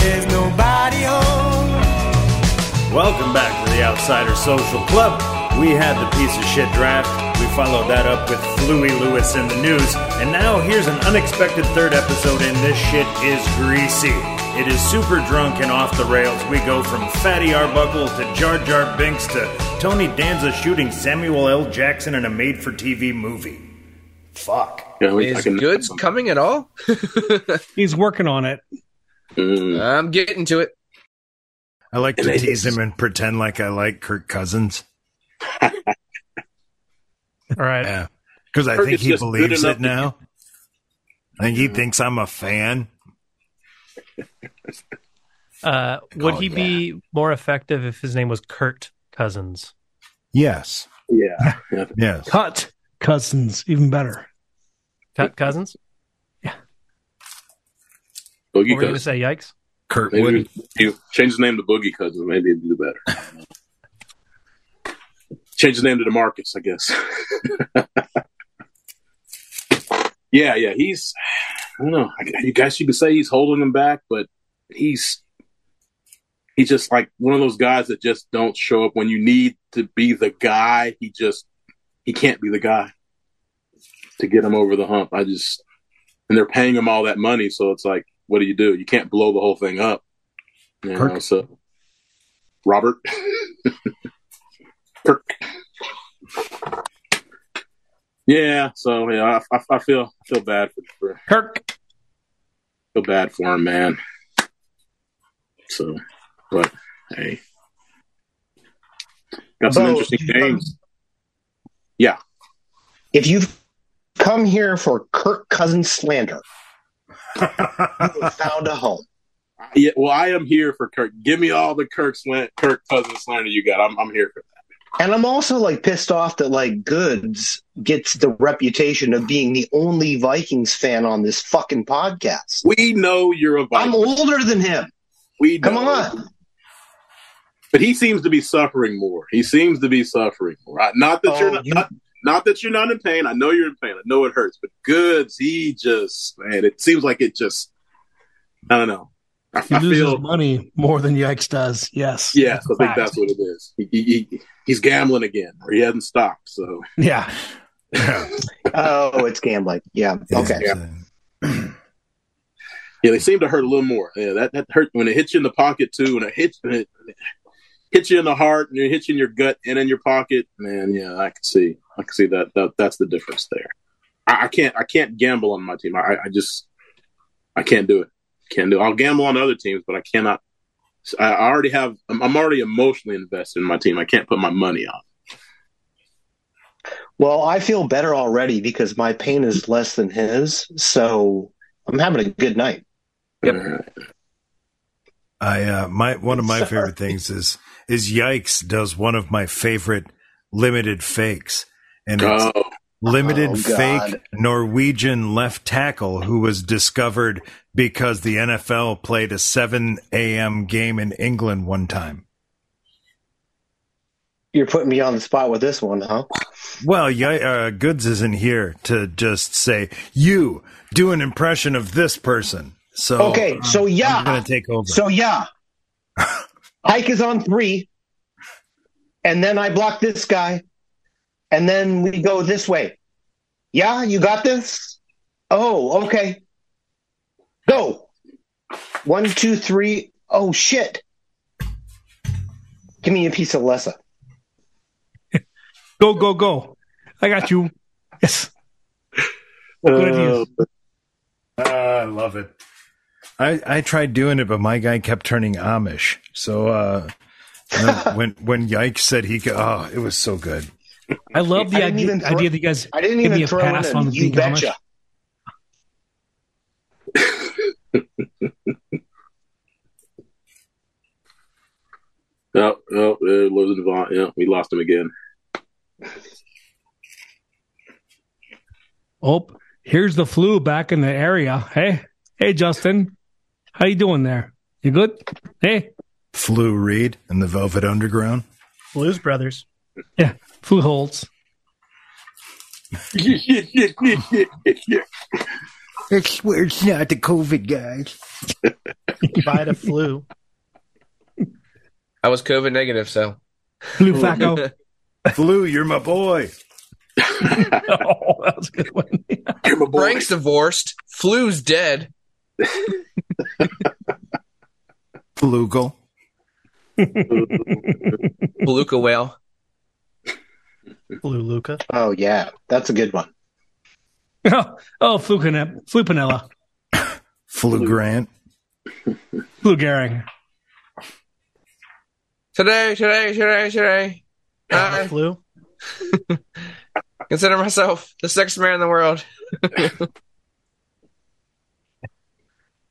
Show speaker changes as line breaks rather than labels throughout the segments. There's nobody home.
Welcome back to the Outsider Social Club. We had the piece of shit draft. We followed that up with Louie Lewis in the news. And now here's an unexpected third episode, and this shit is greasy. It is super drunk and off the rails. We go from Fatty Arbuckle to Jar Jar Binks to Tony Danza shooting Samuel L. Jackson in a made for TV movie. Fuck.
Yeah, we
Is
talking about
goods
something.
coming at all?
He's working on it.
Mm.
I'm getting to it.
I like to
And it
tease
is-
him and pretend like I like Kirk Cousins.
All right.
Yeah. Because I
Kirk
think
is
he
just good
believes it
enough to-
now. I think he thinks I'm a fan.
Uh, would
Oh,
he be more effective if his name was Kurt Cousins?
Yes.
Yeah.
Yes.
Cut Cousins, even better.
Cut Cousins? Or
Boogie
were you going to
Cousins.
say yikes?
Kurt
Maybe
Wood.
if you change the name to Boogie Cousins. Maybe it'd do better. change the name to Demarcus, I guess. yeah, yeah. He's. I don't know. I, I guess you could say he's holding him back, but he's. He's just like one of those guys that just don't show up when you need to be the guy. He just he can't be the guy to get him over the hump. I just and they're paying him all that money, so it's like, what do you do? You can't blow the whole thing up. You know,
Kirk.
so Robert Kirk. Yeah, so yeah, I, I, I feel I feel bad for, for
Kirk.
feel bad for him, man. So, but hey, got some
Bo,
interesting
did you-
games.
If you've come here for Kirk Cousins slander, you have found a home.
Yeah, well, I am here for Kirk. Give me all the Kirk slant, Kirk cousin slander you got. I'm, I'm here for
And I'm also like pissed off that like Goods gets the reputation of being the only Vikings fan on this fucking podcast.
that. We know you're a
I'm
Viking.
older than him.
We
Come
know.
on.
but he seems to be suffering more. He seems to be suffering more. I- Not that
Oh,
you're not,
you-
not, not that you're not in pain. I know you're in pain. I know it hurts, but goods. He just man, it seems like it just. I don't know. I,
He
I
loses
feel
money more than Yikes does. Yes.
yeah. I think
fact.
that's what it is. He, he, he- he's gambling again, or he hasn't stopped. So
Yeah.
Oh, it's gambling. Yeah. Okay.
Yeah, they seem to hurt a little more. Yeah, that, that hurt when it hits you in the pocket too. When it hits, when it hits you in the heart, and it hits you in your gut and in your pocket. Man, yeah, I can see, I can see that. that that's the difference there. I, I can't, I can't gamble on my team. I, I just, I can't do it. Can't do. It. I'll gamble on other teams, but I cannot. I I already have. I'm, I'm already emotionally invested in my team. I can't put my money on.
Well, I feel better already because my pain is less than his. So I'm having a good night.
Yep.
Alright.
I uh, my one of my
Sorry.
favorite things is is Yikes does one of my favorite limited fakes, and it's
Oh,
limited
Oh, God.
fake Norwegian left tackle who was discovered because the NFL played a seven a.m. game in England one time.
You're putting me on the spot with this one, huh?
Well, y- uh, Goods isn't here to just say you do an impression of this person. So
okay. So yeah.
Oh, I'm going to take over.
So yeah, Hike is on three, and then I block this guy, and then we go this way. Yeah, you got this. Oh, okay. Go. One, two, three. Oh shit! Give me a piece of Lessa.
Go, go, go.
I got you. Yes. Good ideas.
Uh, I love it. I I tried doing it, but my guy kept turning Amish. So uh, uh, when when Yike said he could, oh, it was so good.
I love the
I didn't
idea,
even throw-
idea that you guys.
I didn't
Give me
even
a
throw in
pass
a
on the
you
Deacon
betcha.
Oh, oh, uh, losing Vaughn. Yeah, we lost him again.
Oh, here's the flu back in the area. Hey, hey, Justin, how you doing there? You good? Hey,
Flew Reed and the Velvet Underground.
Blues Brothers.
yeah, flu holds.
I swear it's not the COVID, guys.
Buy the flu.
I was COVID negative, so
Flu Flacco.
Flew, you're my boy.
oh, that was a good one.
You're my boy.
Frank's divorced. Flu's dead.
Flugel.
Beluga whale.
Blue Luca.
Oh yeah, that's a good one.
oh, oh, flu, Cane- flu Panella,
Flew Grant.
flu Garing.
Today, today, today, today. I
Flu.
consider myself the sixth man in the world.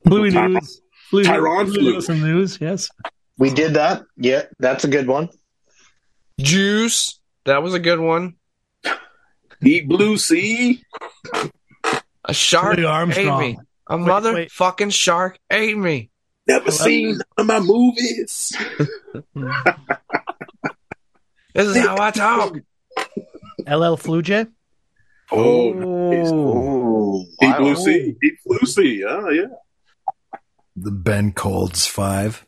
Flu news. Flu,
Tyron Flu.
Some news, yes.
We did that. Yeah, that's a good one.
Juice. That was a good one.
Eat blue sea.
A shark
Louis Armstrong.
ate me. A
Wait, wait.
motherfucking shark ate me.
Never seen none of my movies.
This is how I talk.
LL Flu J.
Oh, nice.
Ooh,
Eat blue sea. Eat blue sea. Oh yeah.
The Ben Colds Five.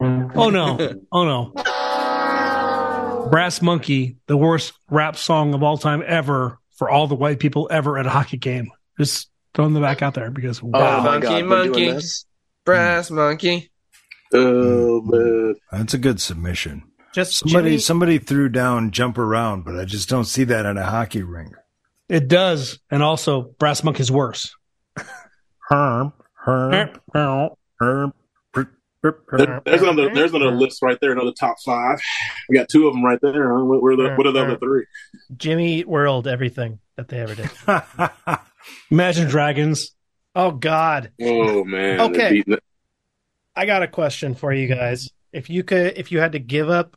Oh no! Oh no! Brass Monkey, the worst rap song of all time ever for all the white people ever at a hockey game. Just throwing them back out there because wow.
Oh
Oh.
my
monkey,
God, we're doing
monkey,
this?
brass monkey.
Oh man.
That's a good submission.
Just
Somebody,
Jimmy-
somebody threw down "Jump Around," but I just don't see that on a hockey rink.
it does, and also Brass Monkey's worse.
Herm, herm, herm. herm, herm.
There- There's another. There's another list right there. Another top five. We got two of them right there. Huh? What, where are the, what are the other three?
Jimmy Eat World. Everything that they ever did.
Imagine Dragons.
Oh God.
Oh man.
Okay.
They're beating it.
I got a question for you guys. If you could, if you had to give up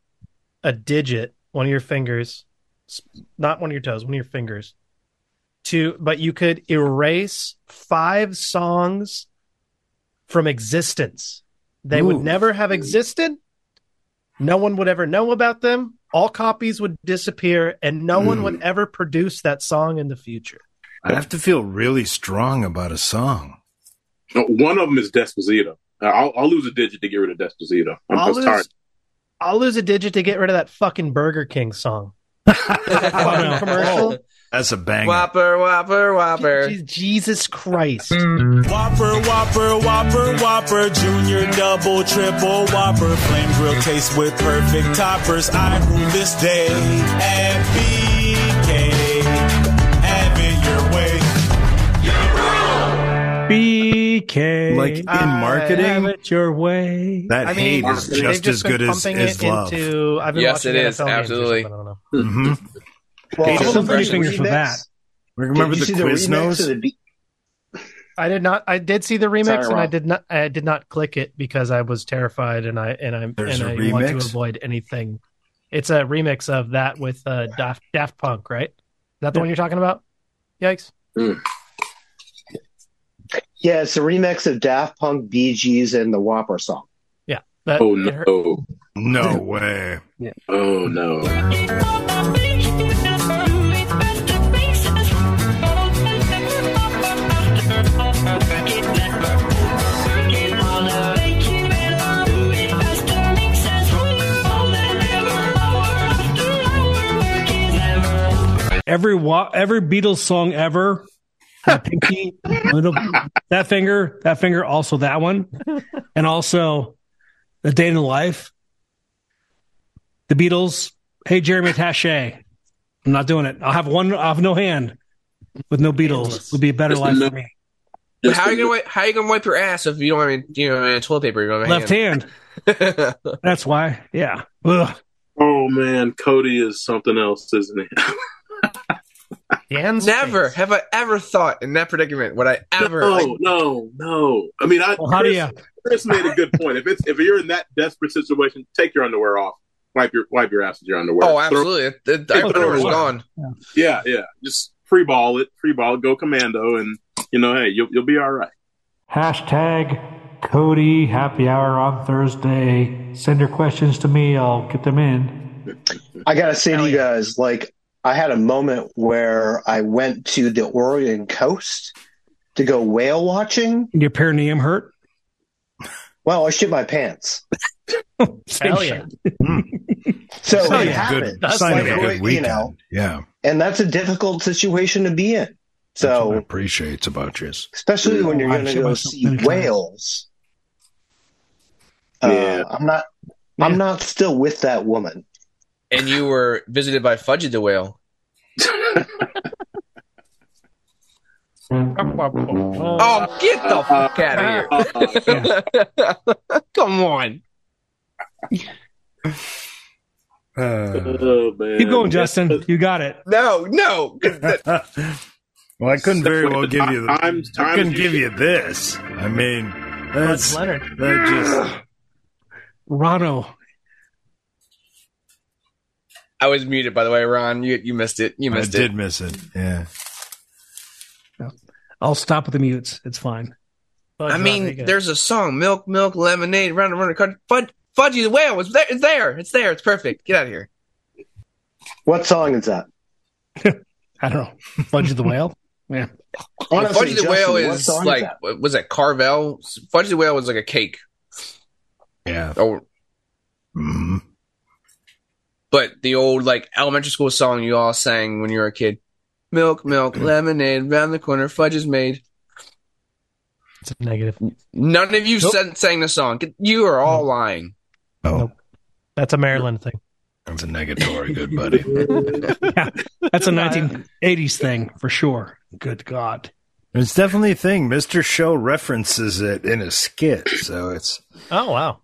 a digit, one of your fingers, s- not one of your toes, one of your fingers, to, but you could erase five songs from existence. They would
Ooh.
never have existed. No one would ever know about them. All copies would disappear, and no one would ever produce that song in the future.
I'd have to feel really strong about a song.
No, One of them is Desposito. I'll, I'll lose a digit to get rid of Desposito. I'm,
I'll
I'm
lose,
tired.
I'll lose a digit to get rid of that fucking Burger King song.
Oh,
Fucking commercial.
That's a banger.
Whopper, whopper, whopper.
Je- Jesus Christ.
Whopper, whopper, whopper, whopper, junior, double, triple, whopper, flame grill taste with perfect toppers. I rule this day at BK. Have it your way.
BK.
Like in
I
have
marketing,
it your way.
that
Uh, I mean,
hate is
they've
just as good as, as love.
Into, I've been
Yes,
watching
it
the
is,
NFL games or
absolutely.
something, I don't know.
hmm
Well,
Hey,
some
somebody
remix-
fingers for that.
Remember
Did
the
you see remix of
Quiznos?
the beat?
I did not. I did see the remix,
Sorry,
and I
Rob.
did not. I did not click it because I was terrified, and I and I
There's
and I
a
want to
remix?
avoid anything. It's a remix of that with uh, Daft, Daft Punk, right? Is that the one you're talking about? Yikes!
Yeah, it's a remix of Daft Punk, Bee Gees, and the Whopper song.
That,
Oh
it hurt-
no.
No way.
Oh no.
Every wa- every Beatles song ever. My pinky, little, that finger, that finger, also that one, and also the day in the life. The Beatles. Hey, Jeremy Taché. I'm not doing it. I'll have one. I'll have no hand with no Beatles. Would be a better
Just
life
no-
for me.
But
Just
how are you
the-
gonna wipe, how you gonna wipe your ass if you don't have any, you know any toilet paper? You don't have
Left hand.
hand.
That's why. Yeah. Ugh.
Oh man, Cody is something else, isn't he?
Dan's
Never
face.
have I ever thought in that predicament would I ever.
No, no, no. I mean, I.
Well, how do you?
Chris made a good point. If it's if you're in that desperate situation, take your underwear off. Wipe your wipe your ass with your underwear.
Oh,
Throw-
absolutely. It, it, the underwear is gone.
yeah, yeah. Just free ball it, free ball it, go commando, and you know, hey, you'll you'll be all right.
Hashtag Cody Happy Hour on Thursday. Send your questions to me. I'll get them in.
I gotta say to you guys, like I had a moment where I went to the Oregon coast to go whale watching.
Your perineum hurt?
Well, I shit my pants.
Hell yeah.
So
Sign of
it
a
happened.
good- sign of a
Like,
good
you
weekend.
know,
yeah,
and that's a difficult situation to be in.
that's what I
So,
appreciate about you.
especially when you're
I
going to
shit
go
myself
see
many times.
whales. Uh,
Yeah.
I'm not. I'm not still with that woman.
And you were visited by Fudgy the Whale. Oh, Um, get the fuck out
Uh,
of here. Come on.
Uh,
oh, man.
Keep going, Justin. You got it.
No, no.
well, I couldn't very well give you. The,
I'm,
I
I'm
couldn't give you this. I mean, that's
That's Leonard.
that just
Rano.
I was muted, by the way, Ron. You you missed it. You
I
missed
did
it.
miss it. Yeah,
I'll stop with the mutes. It's fine.
I mean, there's a song, Milk, Milk, Lemonade, Round and Round, Cut- Fud, Fudgy the Whale. It's there. It's there. It's there. It's perfect. Get out of here.
What song is that?
I don't know. Fudge the whale. Yeah.
Fudgy the Whale
Justin, what
is
song
like,
that?
what was that Carvel? Fudgy the Whale was like a cake.
yeah.
Oh,
Mm-hmm.
Mm.
but the old like elementary school song you all sang when you were a kid. Milk, milk,
Mm.
lemonade, round the corner, fudge is made.
it's a negative.
None of you
Nope.
sang, sang the song. Get- You are
Mm.
all lying.
Oh,
Nope. That's a Maryland thing.
that's a negatory, good buddy.
That's a 1980s thing for sure. Good God.
It's definitely a thing. Mister Show references it in a skit, so it's
Oh wow.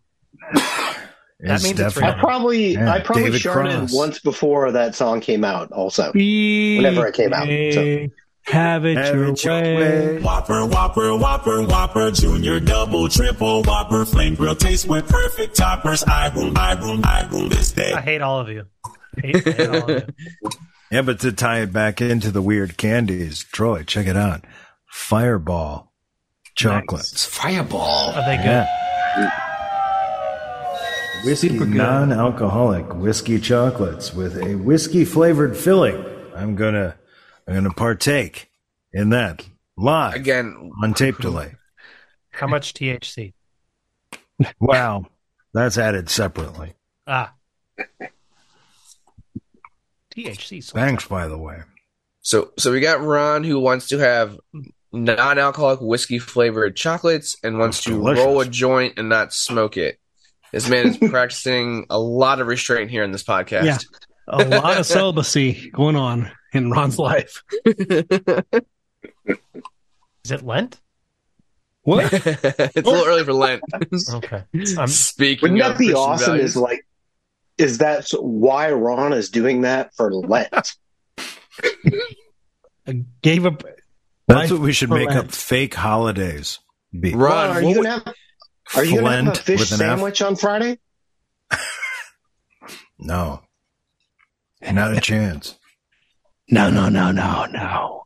That
it's
means it's
definitely-
I probably
Yeah,
I probably
David
sharded
Cross.
once before that song came out. Also,
Whenever
it came out, so.
Have it,
Have
your,
it your
way.
way.
Whopper, Whopper, Whopper, Whopper, Junior, Double, Triple, Whopper, Flame Grill taste with perfect toppers. I rule, I rule, I rule this day.
I hate all of you. Hate, hate all of you.
Yeah, but to tie it back into the weird candies, Troy, check it out. Fireball chocolates.
Are they good?
Yeah. Whiskey non alcoholic whiskey chocolates with a whiskey flavored filling. I'm gonna I'm gonna partake in that live
Again,
on tape delay.
How much THC?
Wow. That's added separately.
Ah. THC. So
Thanks, by the way.
so so we got Ron who wants to have non-alcoholic whiskey flavored chocolates and wants to
delicious.
roll a joint and not smoke it. This man is practicing a lot of restraint here in this podcast.
Yeah. A lot of celibacy going on in Ron's life.
is it Lent?
What?
it's a little early for Lent.
Okay. I'm
Speaking
wouldn't
of
that be
Christian
awesome?
values.
Is like, is that why Ron is doing that for Lent?
I gave up.
That's
Life
what we should make
Lent.
up fake holidays. Be
Ron,
Ron, are
what
you
would-
gonna have? Are you gonna have a
Flend
fish
with an F?
sandwich on Friday?
No. Not a chance.
No, no, no, no, no.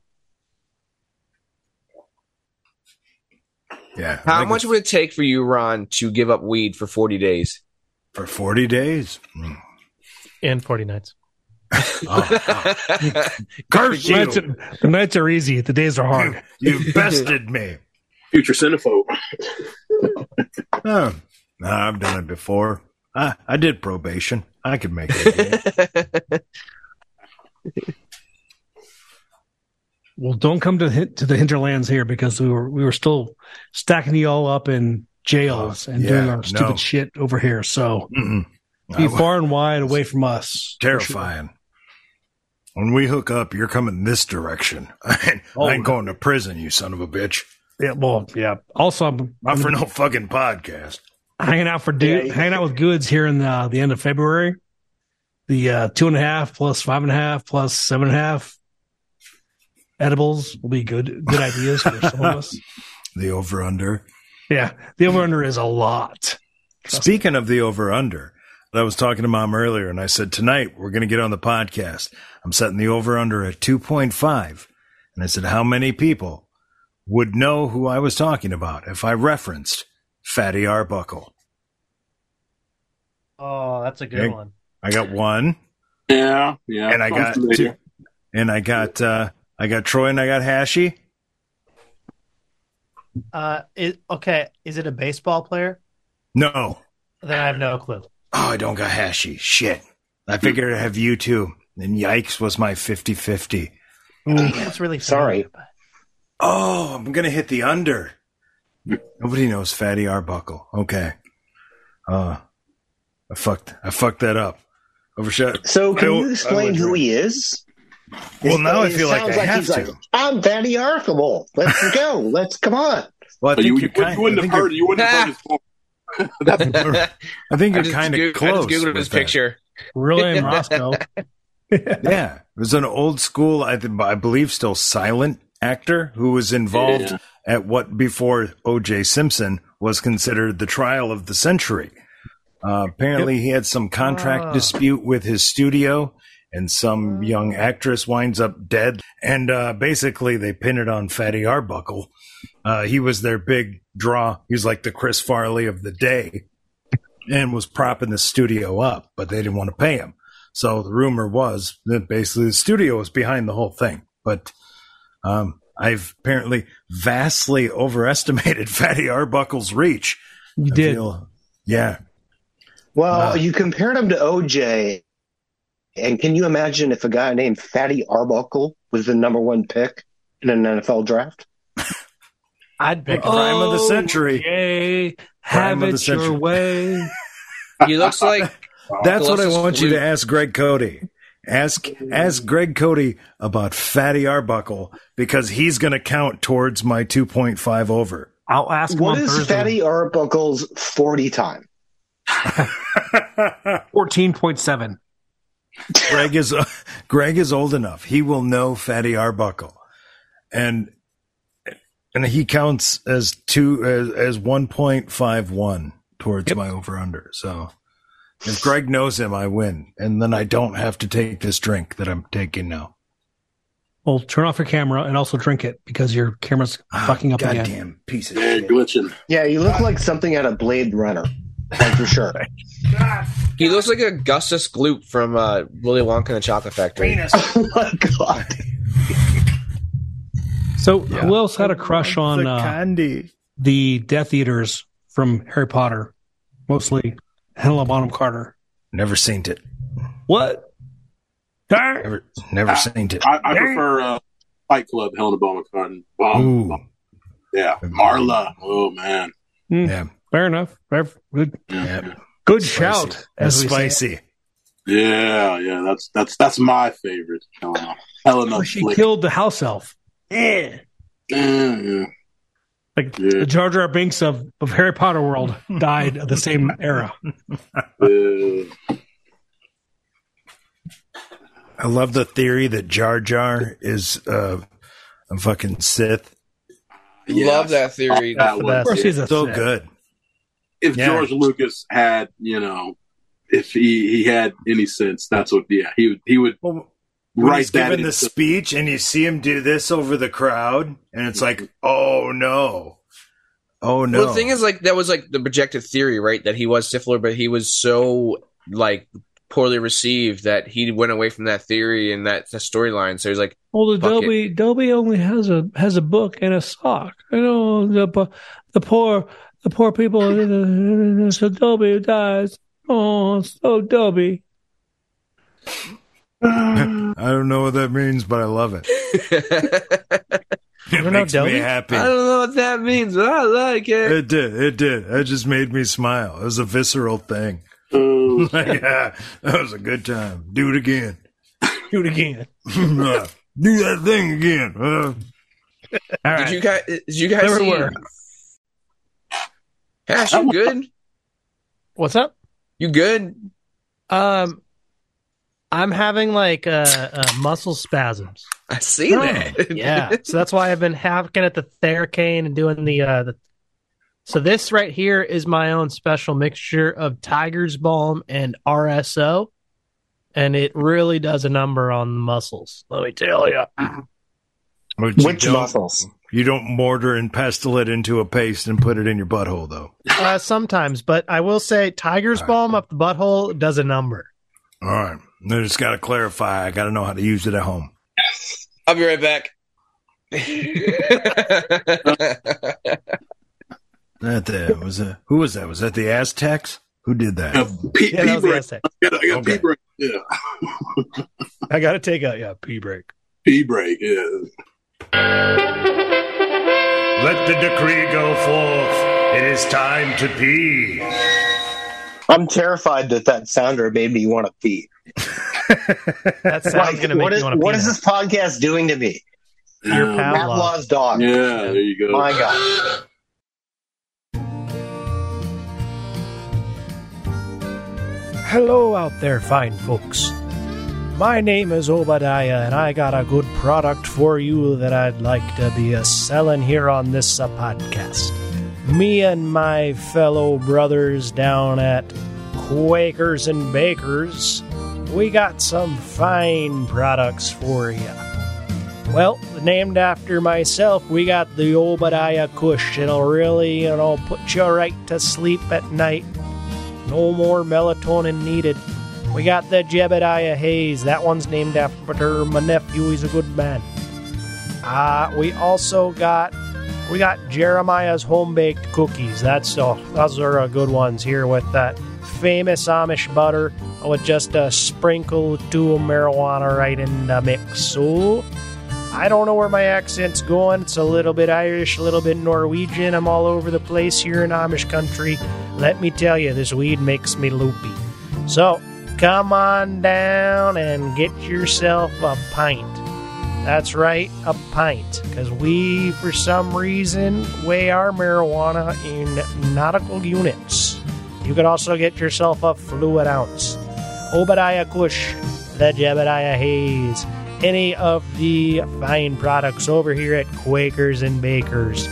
Yeah. I
How
think
much would it take for you, Ron, to give up weed for 40 days?
For 40 days. Mm.
in 40 nights.
Oh,
Curse
The nights, are, the nights are easy. The days are hard.
you bested me.
future cinephobe.
Oh, no, I've done it before. I, I did probation. I could make it. again.
Well, don't come to the, hin- to the hinterlands here because we were we were still stacking you all up in jails and
Oh, yeah,
doing our stupid
no.
shit over here. So
Mm-mm.
be
I was
far and wide away from us.
terrifying. When we hook up, you're coming this direction. I ain't,
Oh.
I ain't going to prison, you son of a bitch.
Yeah, well, yeah. Also, I'm,
Not for no fucking podcast.
hanging out for dude,
Yeah.
hanging out with goods here in the, the end of February. The uh, two and a half plus five and a half plus seven and a half edibles will be good good ideas for some of us.
The over under.
Yeah, the over under is a lot.
Speaking of the over under, I was talking to mom earlier and I said, tonight we're going to get on the podcast. I'm setting the over under at 2.5. And I said, how many people would know who I was talking about if I referenced Fatty Arbuckle?
Oh, that's a good
Okay.
one.
I got one
Yeah, yeah.
and I got two,
I'm familiar.
and I got, uh, I got Troy and I got Hashi.
Uh, is, okay, is it a baseball player?
No.
Then I have no clue.
Oh, I don't got Hashi. Shit. I figured I'd have you two. And yikes was my 50 50.
That's really
Sorry.
Oh, I'm gonna hit the under. Nobody knows Fatty Arbuckle. Okay. Uh I fucked I fucked that up. Overshot.
So can
I-
you explain
I-
who he is?
Well now I
It
feel like I
sounds
have
he's
to.
Like, I'm Danny Archibald. Let's go. Let's come on.
well I
But
think
Oh, you,
you,
you, you wouldn't have heard. You wouldn't have heard his point.
I think
I
you're
just
kind of
Goog-
close.
I just googled
with
his
that.
picture.
Really, and Roscoe.
Yeah. It was an old school, I, th- I believe still silent actor who was involved
Yeah.
at what before O.J. Simpson was considered the trial of the century. Uh, apparently, he had some contract
Ah.
dispute with his studio, and some young actress winds up dead. And uh, basically, they pin it on Fatty Arbuckle. Uh, he was their big draw. He was like the Chris Farley of the day and was propping the studio up, but they didn't want to pay him. So the rumor was that basically the studio was behind the whole thing. But um, I've apparently vastly overestimated Fatty Arbuckle's reach.
You
I
did.
feel- yeah.
Well,
Ah.
you compared him to OJ, and can you imagine if a guy named Fatty Arbuckle was the number one pick in an NFL draft?
I'd pick.
Crime of the century.
Yay.
Crime
Have
of
it
the
your
century.
way.
He looks like
That's what I
Colossus
want you to
Blue.
ask Greg Cody. Ask ask Greg Cody about Fatty Arbuckle because he's going to count towards my 2.5 over.
I'll ask
What
him on
is
Thursday.
Fatty Arbuckle's 40 time?
14.7.
Greg is Greg is old enough. He will know Fatty Arbuckle. And and he counts as two as, as 1.51 towards my over under. So if Greg knows him, I win. And then I don't have to take this drink that I'm taking now.
Well, turn off your camera and also drink it because your camera's fucking up
Ah, Goddamn
again.
piece of
Yeah,
shit.
glitching.
Yeah, you look like something out of Blade Runner, like for sure.
he looks like Augustus Gloop from uh, Willy Wonka and the Chocolate Factory.
oh my god.
So, who else had a crush on uh,
candy.
the Death Eaters from Harry Potter? Mostly Helena Bonham Carter.
Never seen it.
What? Darn.
Never, never seen it.
I, I prefer uh, Fight Club, Helena Bonham Carter. Bonham-
Ooh,
Yeah, Marla. Oh man,
yeah,
Fair enough. Fair- Good,
yeah.
good
Spicy.
shout. As we say.
spicy.
yeah, yeah. That's that's that's my favorite. Helena. Helena.
Oh, she
Flick.
killed the house elf.
Yeah, yeah.
Like
Yeah.
the Jar Jar Binks of, of Harry Potter world died of the same era.
Uh,
I love the theory that Jar Jar is uh, a fucking Sith.
yeah.
Love that theory.
That
the
was
best.
Of course, he's a
So
Sith.
good.
if
Yeah.
George Lucas had, you know, if he, he had any sense, that's what. Yeah, he would he would
Well, when
write
he's
that.
giving
into-
the speech, and you see him do this over the crowd, and it's like, oh no, oh no.
Well, the thing is, like, that was like the projected theory, right? That he was Stifler, but he was so like poorly received that he went away from that theory and that, that storyline. So he's like,
Well,
Fuck
Dobie Dobie only has a has a book and a sock. You know the po- the poor the poor people. so Dobie dies. Oh, so Dobie.
I don't know what that means, but I love it. It
don't know,
makes
Dobby?
me happy.
I don't know what that means, but I like it.
It did. It did. It just made me smile. It was a visceral thing.
Oh,
yeah, that was a good time. Do it again.
Do it again.
Do that thing again. Uh,
All right.
Did you guys? Did you guys
There we
see?
were.
Hash, you good?
What's up?
You good?
Um, I'm having like uh, uh muscle spasms.
I see that.
Yeah, so that's why I've been hacking at the Theracane and doing the uh the So this right here is my own special mixture of Tiger's Balm and RSO, and it really does a number on the muscles. Let me tell you.
Which, you
Which
don't-
muscles?
You don't mortar and pestle it into a paste and put it in your butthole, though.
Uh, sometimes, but I will say Tiger's Balm up the butthole does a number.
All right. I just got to clarify. I got to know how to use it at home.
I'll be right back.
That there was a, who was that? Was that the Aztecs? Who did that?
Pe-
Yeah, that
pee
was the
break.
essay.
I got, I got
Okay.
pee break. Yeah.
I got to take out, yeah, pee break.
Pee break. Yeah.
Let the decree go forth. It is time to pee.
I'm terrified that that sounder made me want to pee.
That sound's
Like,
going to make
what
you
is-
want to pee.
what is
now.
this podcast doing to me?
Your
Um,
Pavlov.
Pavlov's dog.
Yeah, there you go.
My God.
Hello out there, fine folks. My name is Obadiah, and I got a good product for you that I'd like to be a selling here on this uh, podcast. Me and my fellow brothers down at Quakers and Bakers, we got some fine products for you. Well, named after myself, we got the Obadiah Kush. It'll really, you know, put you right to sleep at night. No more melatonin needed. We got the Jebediah Hayes. That one's named after my nephew. He's a good man. Uh, we also got we got Jeremiah's home baked cookies. That's oh, those are uh, good ones here with that famous Amish butter with just a sprinkle or two of marijuana right in the mix. So I don't know where my accent's going. It's a little bit Irish, a little bit Norwegian. I'm all over the place here in Amish country. Let me tell you, this weed makes me loopy. So, come on down and get yourself a pint. That's right, a pint. Because we, for some reason, weigh our marijuana in nautical units. You can also get yourself a fluid ounce. Obadiah Kush, the Jebediah Hayes, any of the fine products over here at Quakers and Bakers.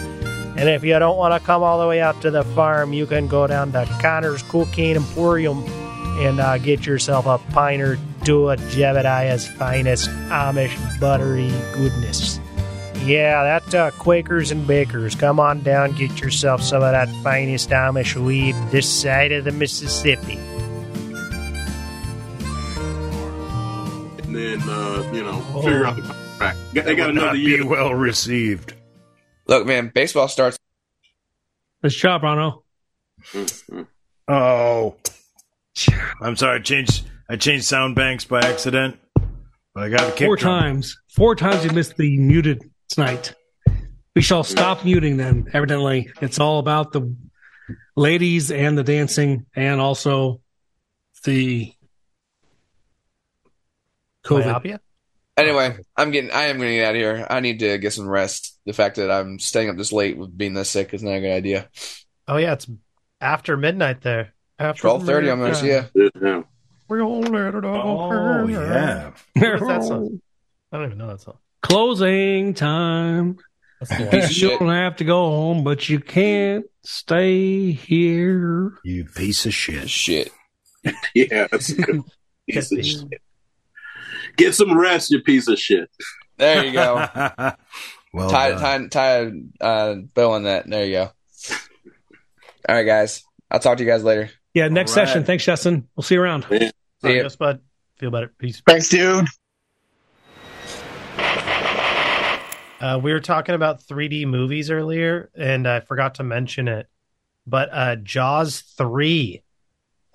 And if you don't want to come all the way out to the farm, you can go down to Connor's Cocaine Emporium and uh, get yourself a pint or two of Jebediah's finest Amish buttery goodness. Yeah, that uh, Quakers and Bakers. Come on down, get yourself some of that finest Amish weed this side of the Mississippi.
And then, uh, you know, figure out the contract. Got- They got
Oh. Would not
another year.
be well received.
Look, man, baseball starts.
Nice job, Rano.
Oh, I'm sorry. I changed. I changed sound banks by accident, but I got a kick.
Four
drum.
times. Four times you missed the muted tonight. We shall stop muting them, evidently. It's all about the ladies and the dancing and also the COVID.
Myopia?
Anyway, I'm getting. I am going to get out of here. I need to get some rest. The fact that I'm staying up this late with being this sick is not a good idea.
Oh, yeah, it's after midnight there. After
Twelve thirty almost. Yeah.
Yeah.
We're all let it all
Oh
hang out.
yeah.
What is that song? I don't even know that song.
Closing time.
That's the
Piece
one.
of
You
shit.
don't have to go home, but you can't stay here.
You piece of shit.
Shit.
Yeah, that's a good piece of shit. Get some rest, you piece of shit.
There you go.
well,
tie,
done.
tie, tie a uh, bow on that. There you go. All right, guys. I'll talk to you guys later.
Yeah, next
All right.
session. Thanks, Justin. We'll see you around.
See ya.
Adios, bud. Feel better. Peace.
Thanks, dude.
Uh, we were talking about 3D movies earlier, and I forgot to mention it. But uh, Jaws 3.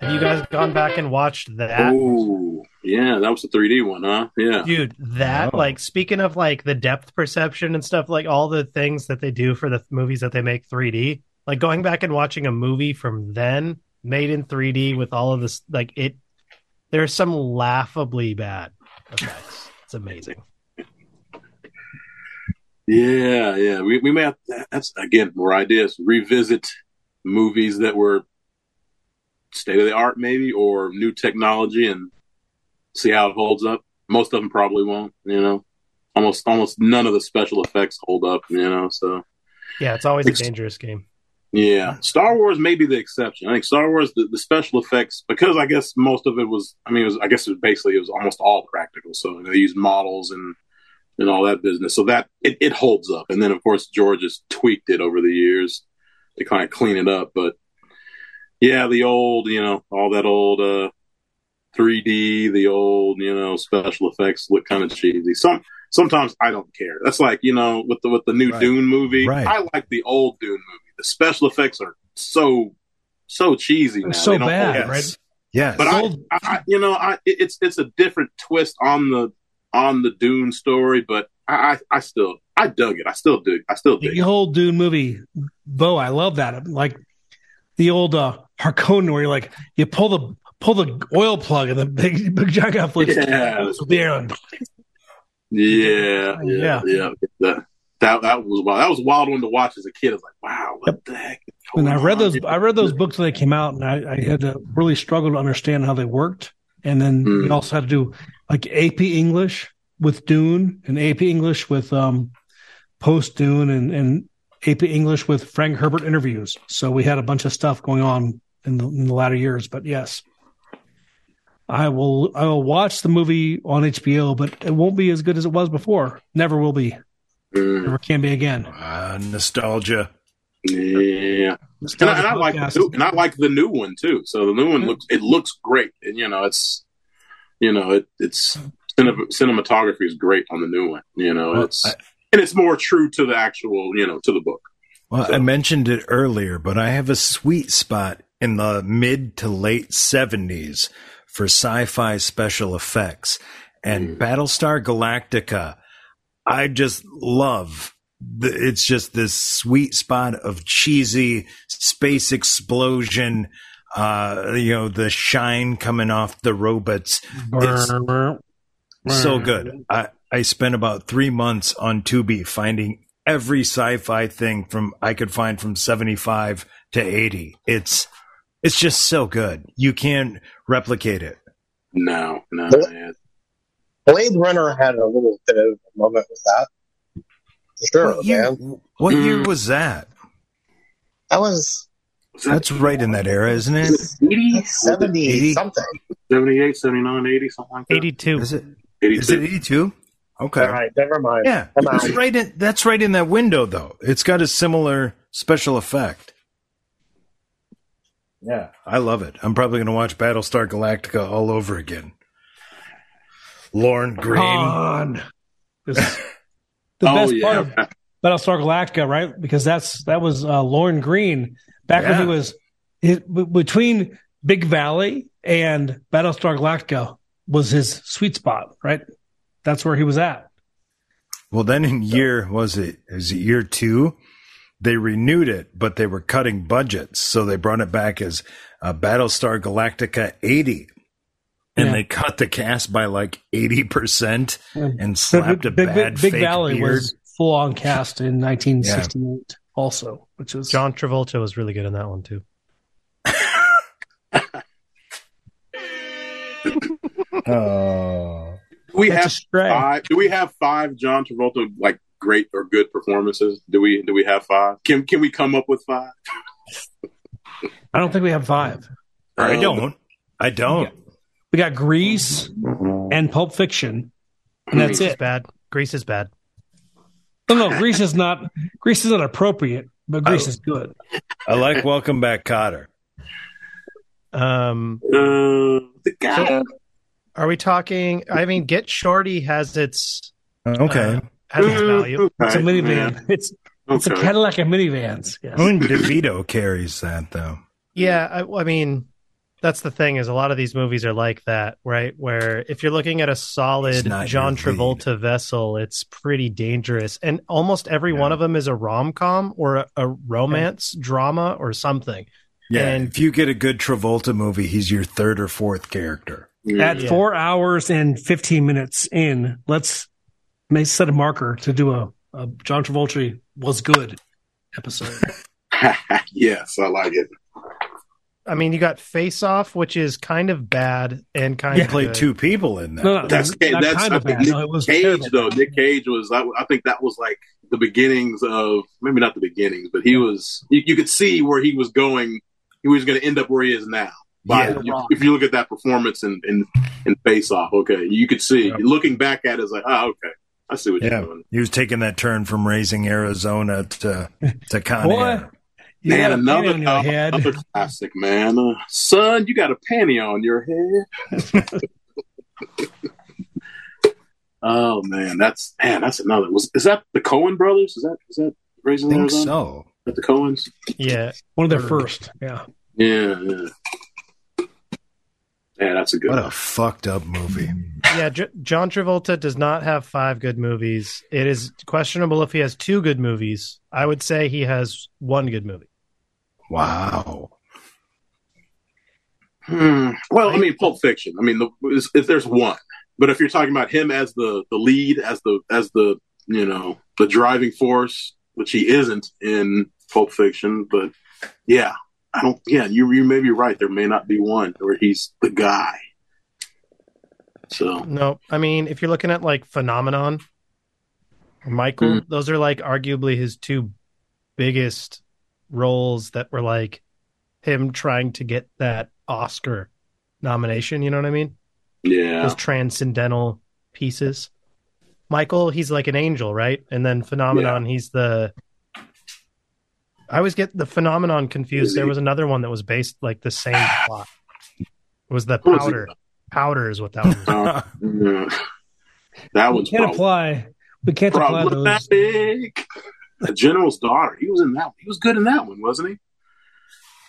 Have you guys gone back and watched that?
Ooh, yeah, that was the 3D one, huh? Yeah,
Dude, that,
Oh.
like, speaking of, like, the depth perception and stuff, like, all the things that they do for the th- movies that they make 3D, like, going back and watching a movie from then made in 3D with all of this, like, it, there's some laughably bad effects. It's amazing.
yeah, yeah. We we may have that's again more ideas. Revisit movies that were state of the art, maybe, or new technology, and see how it holds up. Most of them probably won't. You know, almost almost none of the special effects hold up. You know, so
Yeah, it's always a
Ex-
dangerous game.
Yeah, Star Wars may be the exception. I think Star Wars the, the special effects because I guess most of it was. I mean, it was I guess it was basically it was almost all practical. So they used models and and all that business. So that it, it holds up. And then of course George has tweaked it over the years to kind of clean it up. But yeah, the old you know all that old uh 3D, the old you know special effects look kind of cheesy. Some sometimes I don't care. That's like you know with the with the new
Right.
Dune movie.
Right.
I like the old Dune movie. The special effects are so so cheesy now.
so
They don't
bad,
hold up.
right?
Yes.
But I, I, I- you know, I it- it's it's a different twist on the on the Dune story. But I I, I still I dug it. I still do. I still dig.
The
it.
whole Dune movie, Bo, I love that. Like the old uh, Harkonnen, where you're like you pull the pull the oil plug and the big big jug out flips
Yeah.
there. And,
Yeah, yeah,
Yeah.
yeah. That, that that was wild. That was a wild one to watch as a kid. I was like, wow, what the heck? is
and I
going
read
on
those
here?
I read those books when they came out, and I, I had to really struggle to understand how they worked. And then we
Hmm.
also had to do like AP English with Dune and AP English with um, post Dune and, and AP English with Frank Herbert interviews. So we had a bunch of stuff going on in the, in the latter years. But yes, I will I will watch the movie on HBO, but it won't be as good as it was before. Never will be.
Mm,
Never can be again.
Uh, nostalgia.
yeah, and I, and I like the new, and I like the new one too. So the new one looks it looks great, and you know it's you know it it's cinem- cinematography is great on the new one. You know
Well,
it's
I-
and it's more true to the actual you know to the book.
Well, I mentioned it earlier, but I have a sweet spot in the mid to late 70s for sci fi special effects. And Battlestar Galactica, I just love. The- It's just this sweet spot of cheesy space explosion, uh, you know, the shine coming off the robots. It's so good. I, I spent about three months on Tubi finding every sci-fi thing from I could find from 75 to 80. It's it's just so good. You can't replicate it.
No, no,
Well-
man.
Blade Runner had a little bit of a moment with that. For sure,
what year,
man.
what year
Mm.
was that?
That was
That's right in that era, isn't it?
80,
70
80?
something.
78, 79, 80, something like that.
82.
Is it is
82.
it 82? Okay.
All right, never mind.
Yeah.
Come on.
It's right in that's right in that window though. It's got a similar special effect. Yeah, I love it. I'm probably going to watch Battlestar Galactica all over again. Lauren Green.
on. This is the
oh,
best
yeah.
part of Battlestar Galactica, right? Because that's that was uh, Lauren Green back when
Yeah.
he was his, b- between Big Valley and Battlestar Galactica was his sweet spot, right? That's where he was at.
Well, then in year was it is it year 2? They renewed it, but they were cutting budgets, so they brought it back as uh, Battlestar Galactica 80. And
Yeah.
they cut the cast by like 80%
Yeah.
and slapped a
Big,
bad
Big, Big
fake
Valley
beard.
was full on cast in 1968, also, which was
John Travolta was really good in that one too.
Oh.
Do we
That's a
have
stray.
five? Do we have five John Travolta like great or good performances? Do we do we have five? Can can we come up with five?
I don't think we have five.
I
Um,
don't. I don't.
We got Grease and Pulp Fiction, and that's
Grease is
it.
bad. Grease is bad.
No, no, Grease is not Grease is not appropriate, but Grease is good.
I like Welcome Back Cotter.
Um,
Uh, the guy.
are we talking? I mean, Get Shorty has its
Okay.
uh, has its
Mm-hmm.
value.
It's a
Right,
minivan.
Mm, man.
It's it's a
Okay. Oh,
Cadillac of minivans.
I
Yes.
mean, DeVito carries that, though.
Yeah, I, I mean, that's the thing is a lot of these movies are like that, right? Where if you're looking at a
It's
solid
not
John
your lead.
Travolta vessel, it's pretty dangerous, and almost every one of them is a rom com or a, a romance drama or something.
Yeah.
And-
if you get a good Travolta movie, he's your third or fourth character.
At
Yeah.
four hours and fifteen minutes in, let's make set a marker to do a, a John Travolta was good episode.
yes, I like it.
I mean, you got Face Off, which is kind of bad and kind
You
of
played
good.
two people in that.
No, no,
That's
not
that's
kind
I
of
think
bad.
Nick
No, it was
Cage
terrible.
though. Nick Cage was I, I think that was like the beginnings of maybe not the beginnings, but he was you, you could see where he was going. He was going to end up where he is now. By,
Yeah.
if- if you look at that performance and in, in face off, okay, you could see looking back at it, it's like, oh, okay, I see what
yeah,
you're doing.
he was taking that turn from raising Arizona to to Con
Boy,
Air.
You
man,
got a
another,
pin on your head.
another classic, man. Uh, son, you got a panty on your head. oh man, that's man, that's another. Was is that the Cohen brothers? Is that is that
I
raising
think
Arizona?
so.
Is that the Cohens?
Yeah,
One of their first. Yeah.
Yeah, yeah. Yeah, that's a good.
What
One.
a fucked up movie.
yeah. J- John Travolta does not have five good movies. It is questionable if he has two good movies. I would say he has one good movie.
Wow.
Hmm. Well, I mean, Pulp Fiction. I mean, the, is- if there's one, but if you're talking about him as the the lead, as the as the you know the driving force, which he isn't in Pulp Fiction, but yeah, I don't. Yeah, you you may be right. There may not be one where he's the guy. So
No, I mean, if you're looking at like Phenomenon, or Michael, those are like arguably his two biggest roles that were like him trying to get that Oscar nomination. You know what I mean?
yeah,
those transcendental pieces. Michael, he's like an angel, right? And then Phenomenon, he's the. I always get the Phenomenon confused.
Is
There
he-
was another one that was based like the same plot. It was the
What was it?
powder. Powder is what that was.
Uh, yeah. that
We
one's
can't
probably
apply. We can't apply those.
problematic. The general's daughter. He was in that. One. He was good in that one, wasn't he?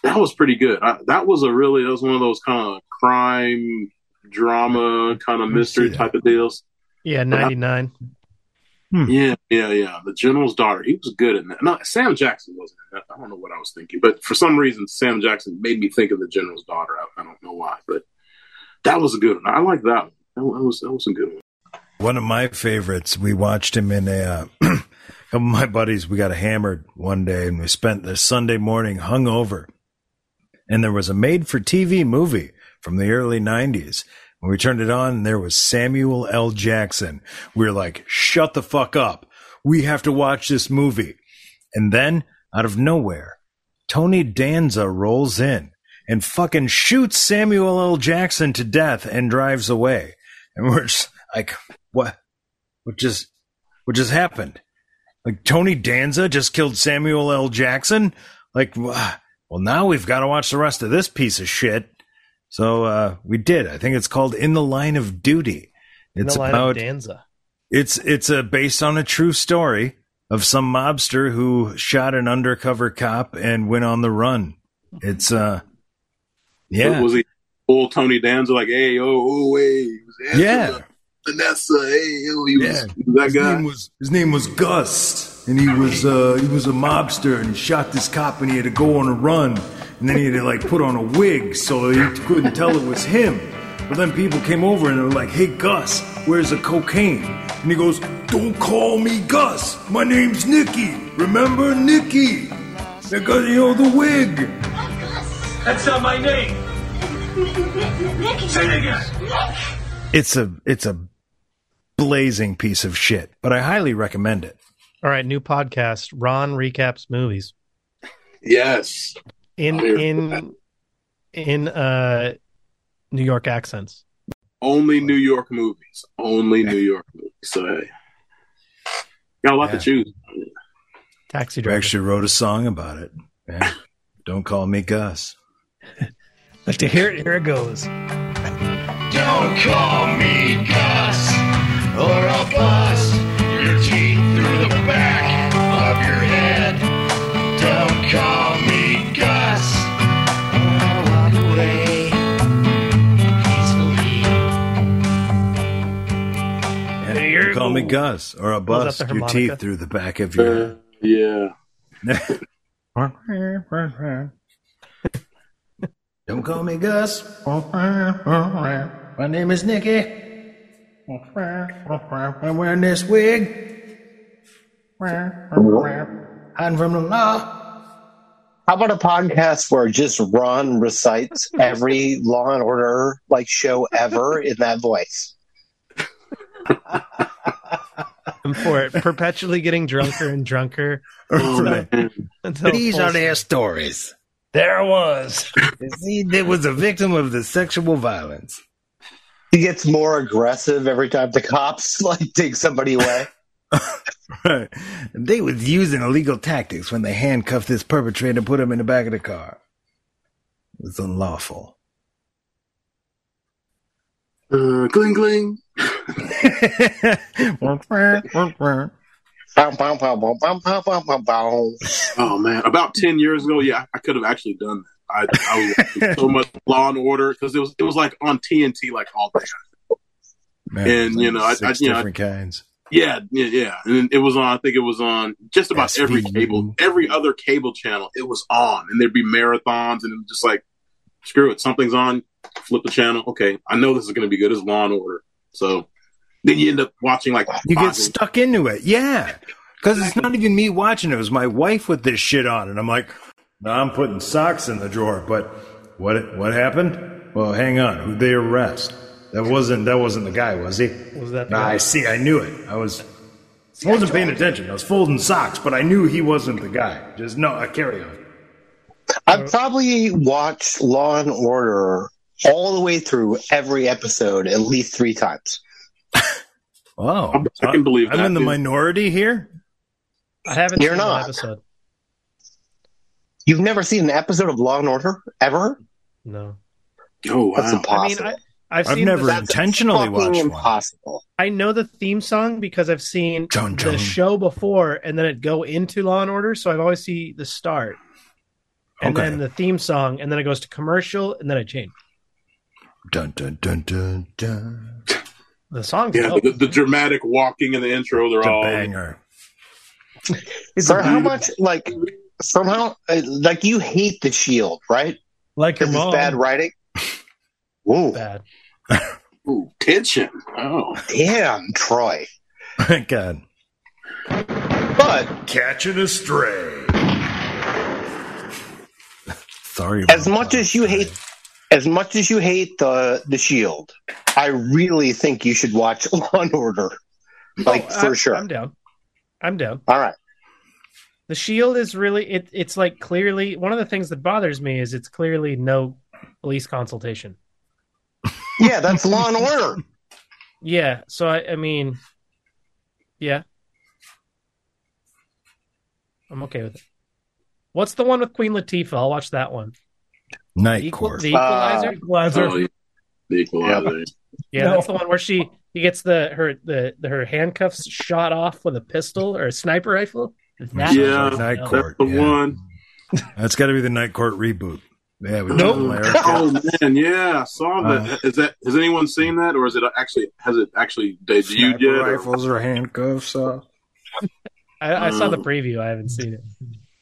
That was pretty good. I, that was a really. That was one of those kind of crime drama kind of mystery
that.
type of deals.
Yeah, ninety nine.
Hmm.
Yeah, yeah, yeah. The general's daughter. He was good in that. No, Sam Jackson wasn't. In that. I don't know what I was thinking, but for some reason, Sam Jackson made me think of the general's daughter. I, I don't know why, but that was a good one. I like that one. That one- that was that was a good one.
One of my favorites, we watched him in a. Uh, couple of my buddies, we got hammered one day and we spent the Sunday morning hungover. And there was a made for TV movie from the early 90s. When we turned it on, there was Samuel L. Jackson. We were like, shut the fuck up. We have to watch this movie. And then, out of nowhere, Tony Danza rolls in and fucking shoots Samuel L. Jackson to death and drives away. And we're just like, what? What just, what just happened? Like Tony Danza just killed Samuel L. Jackson. Like, wha- well, now we've got to watch the rest of this piece of shit. So uh, we did. I think it's called "In the Line of Duty."
In
It's
the line
about
of Danza.
it's it's a based on a true story of some mobster who shot an undercover cop and went on the run. It's uh, yeah,
Was he full Tony Danza? Like, hey, oh, oh, hey, he was Angela.
yeah.
Vanessa. Hey, yo, he was,
Yeah.
he was
His
that guy.
name was his name was Gus, and he was uh, he was a mobster, and he shot this cop, and he had to go on a run, and then he had to like put on a wig so he couldn't tell it was him. But then people came over and they were like, "Hey Gus, where's the cocaine?" And he goes, "Don't call me Gus. My name's Nicky. Remember Nicky? Because you know the wig."
That's not uh, my name. Say it again.
It's a it's a blazing piece of shit, but I highly recommend it.
All right, new podcast. Ron recaps movies.
Yes.
In
I'll hear
in in uh New York accents.
Only New York movies. Only New York movies. So, hey. Got a lot
Yeah.
to choose.
I
Taxi driver.
actually wrote a song about it. Yeah. Don't call me Gus.
Like to hear it, here it goes.
Don't call me Gus, or I'll bust your teeth through the back of your head. Don't call me Gus, or I'll walk away peacefully.
Yeah, don't call me Gus, or I'll
Was that
bust
the
your
harmonica?
teeth through the back of
Uh,
your.
yeah.
Don't call me Gus. My name is Nicky. I'm wearing this wig. Hiding from the law.
How about a podcast where just Ron recites every Law and Order like show ever in that voice?
I'm for it. Perpetually getting drunker and drunker.
Oh,
until
These
full-
are their stories. There was. See, there was a victim of the sexual violence.
He gets more aggressive every time the cops like take somebody away.
Right. They was using illegal tactics when they handcuffed this perpetrator and put him in the back of the car. It was unlawful.
Uh, gling gling.
Bow, bow, bow, bow, bow, bow, bow, bow, bow.
Oh man, about ten years ago, yeah, I could have actually done that. I, I was watching so much Law and Order because it was it was like on TNT like all day.
Man,
And, you know, I-
six
I- you know, I-
different kinds.
Yeah, yeah, yeah. And it was on. I think it was on just about
SVU.
every cable, every other cable channel. It was on, and there'd be marathons, and it was just like, screw it, something's on. Flip the channel. Okay, I know this is going to be good. It's Law and Order. So then you end up watching like
You get
five-
stuck into it. Yeah. Because it's not even me watching it. It was my wife with this shit on. And I'm like,
Now I'm putting socks in the drawer, but what what happened? Well, hang on. Who they arrest? That wasn't that wasn't the guy, was he?
Was that the
Nah,
guy?
I see. I knew it. I was I wasn't paying attention. I was folding socks, but I knew he wasn't the guy. Just no, I carry on.
I've probably watched Law and Order all the way through every episode at least three times.
oh,
I can believe
I'm
that,
in the
dude.
minority here.
I haven't
You're
seen
not.
an episode.
You've never seen an episode of Law and Order ever?
No.
Oh
That's
wow!
impossible.
I mean, I, I've
I've
seen
never
the-
intentionally
Fucking
watched one.
impossible.
I know the theme song because I've seen
John, John.
the show before and then it go into Law and Order, so I've always see the start. And
Okay.
then the theme song, and then it goes to commercial, and then I change.
Dun, dun, dun, dun, dun.
The song.
Yeah, the, the dramatic walking in the intro. They're
It's a
all
banger.
For how much, like, somehow, uh, like, you hate The Shield, right?
Like your
Because
mom.
it's bad writing. Whoa,
bad.
ooh, tension. Oh,
damn, Troy.
Thank God.
But
Catching a stray.
Sorry.
as
about
much
that.
as you hate as much as you hate the the shield i really think you should watch law and order like
Oh,
for
I'm-
sure
I'm down. I'm down.
all right
The shield is really it. It's like clearly one of the things that bothers me is it's clearly no police consultation.
yeah that's law and order
Yeah. So I, I mean, yeah, I'm okay with it. What's the one with Queen Latifah? I'll watch that one.
Night
Equal,
Court.
the Equalizer.
oh yeah. the equalizer.
yeah,
No.
that's the one where she he gets the her the, the her handcuffs shot off with a pistol or a sniper rifle. That-
Yeah.
Night
That's
Court.
That's the
yeah.
one.
That's got to be the Night Court reboot. Yeah, we
Nope.
Oh man, yeah, I saw
Uh,
that. Is that has anyone seen that, or is it actually has it actually debuted
Sniper
yet? or-
rifles or handcuffs. Uh,
I, I saw the
Um,
preview. I haven't seen it.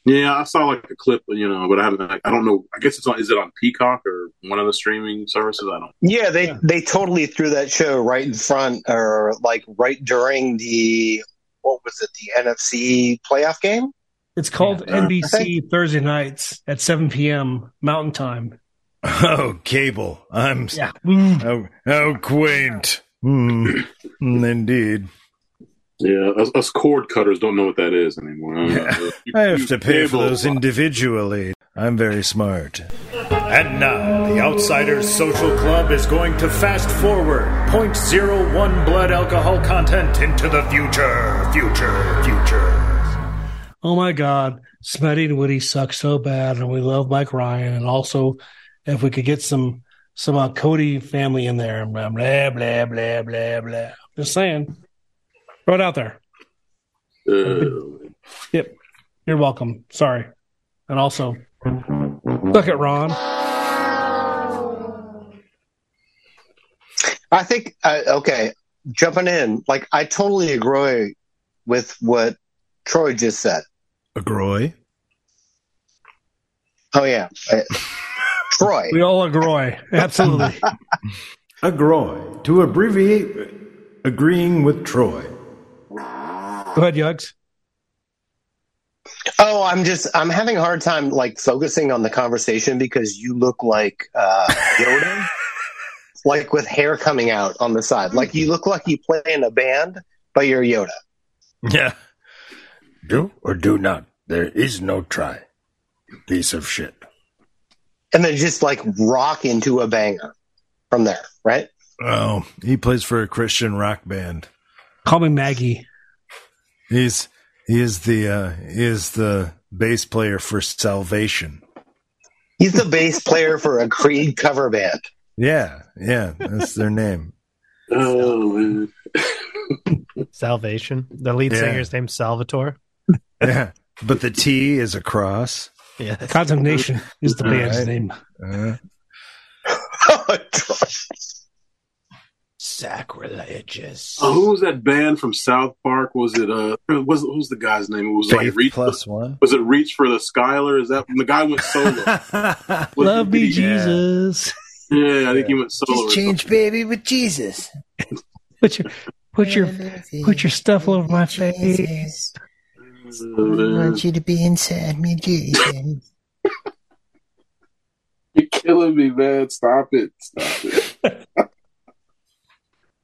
yeah, I saw like a clip, you know, but I haven't. I don't know. I guess it's on. Is it on Peacock or one of the streaming services? I don't.
yeah they they totally threw that show right in front or like right during the what was it the nfc playoff game
It's called
Yeah.
NBC Thursday nights at 7 p.m. Mountain Time.
Oh, cable. I'm. s-
Yeah.
Oh, how quaint. Hmm. Mm, indeed.
Yeah, us, us cord cutters don't know what that is anymore. I, don't know. You-
I have
you
to pay for
cable-
those individually. I'm very smart. And now, the Outsiders Social Club is going to fast forward 0.01 blood alcohol content into the future, future, future.
Oh my God. Smitty and Woody suck so bad, and we love Mike Ryan. And also, if we could get some some uh, Cody family in there, and blah, blah, blah, blah, blah, blah. Just saying. Throw it out there.
Uh,
You're welcome. Sorry. And also, look at Ron.
I think uh, okay, jumping in, like I totally agree with what Troy just said.
Agroy.
Oh yeah, Uh, Troy.
We all agree. Absolutely.
Agroy, to abbreviate agreeing with Troy.
Go ahead, Yugs.
Oh, I'm just I'm having a hard time like focusing on the conversation because you look like uh Yoda. like with hair coming out on the side. Like you look like you play in a band, but you're Yoda.
Yeah. Do or do not. There is no try. Piece of shit.
And then just like rock into a banger from there, right?
Oh, he plays for a Christian rock band.
Call me Maggie.
He's he is the uh, he is the bass player for Salvation.
He's the bass player for a Creed cover band.
Yeah, yeah, that's their name.
Oh man.
Salvation. The lead
Yeah.
singer's named Salvatore.
Yeah, but the T is a cross.
Yeah.
Condemnation is the band's
Alright.
name.
Uh,
Oh
Sacrilegious.
Oh, who was that band from South Park? Was it uh? Was what was the guy's name? It was like
Faith
Reach
plus one.
Was it Reach for the Skylar? Is that when the guy went solo? Was-
Love me,
yeah.
Jesus.
Yeah, I think he went solo. or
Just change baby with Jesus.
Put your put your put your stuff all over my face.
Jesus.
something.
I
Oh, man.
want you to be inside me, Jesus.
You're killing me, man. Stop it. Stop it.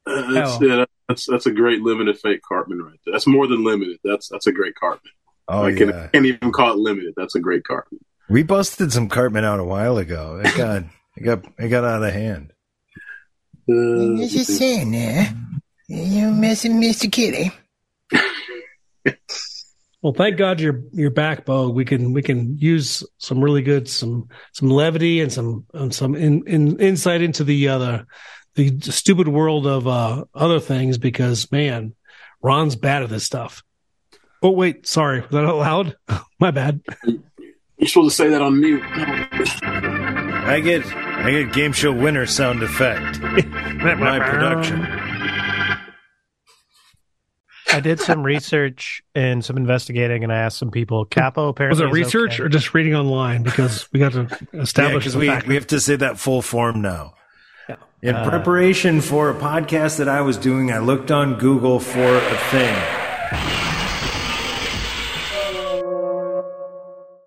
Uh, that's,
Oh.
yeah, that- that's that's a great limited fake Cartman right there. That's more than limited. That's that's a great Cartman.
Oh
I can,
yeah,
can't even call it limited. That's a great Cartman.
we busted some Cartman out a while ago. It got it got it got out of hand.
Uh,
What you saying there? You missing Mr. Kitty?
Well, thank God you're you're back, Bo. We can we can use some really good some some levity and some and some in, in insight into the uh, the the stupid world of uh, other things because man, Ron's bad at this stuff. Oh wait, sorry, was that allowed? My bad.
you're supposed to say that on mute.
I get I get game show winner sound effect. My production.
I did some research and some investigating, and I asked some people. Capo Oh,
Was
apparently
it
is
research
okay.
or just reading online? Because we got to
Yeah,
establish
because
the
we
fact.
we have to say that full form now.
Yeah.
In
Uh,
preparation for a podcast that I was doing, I looked on Google for a thing.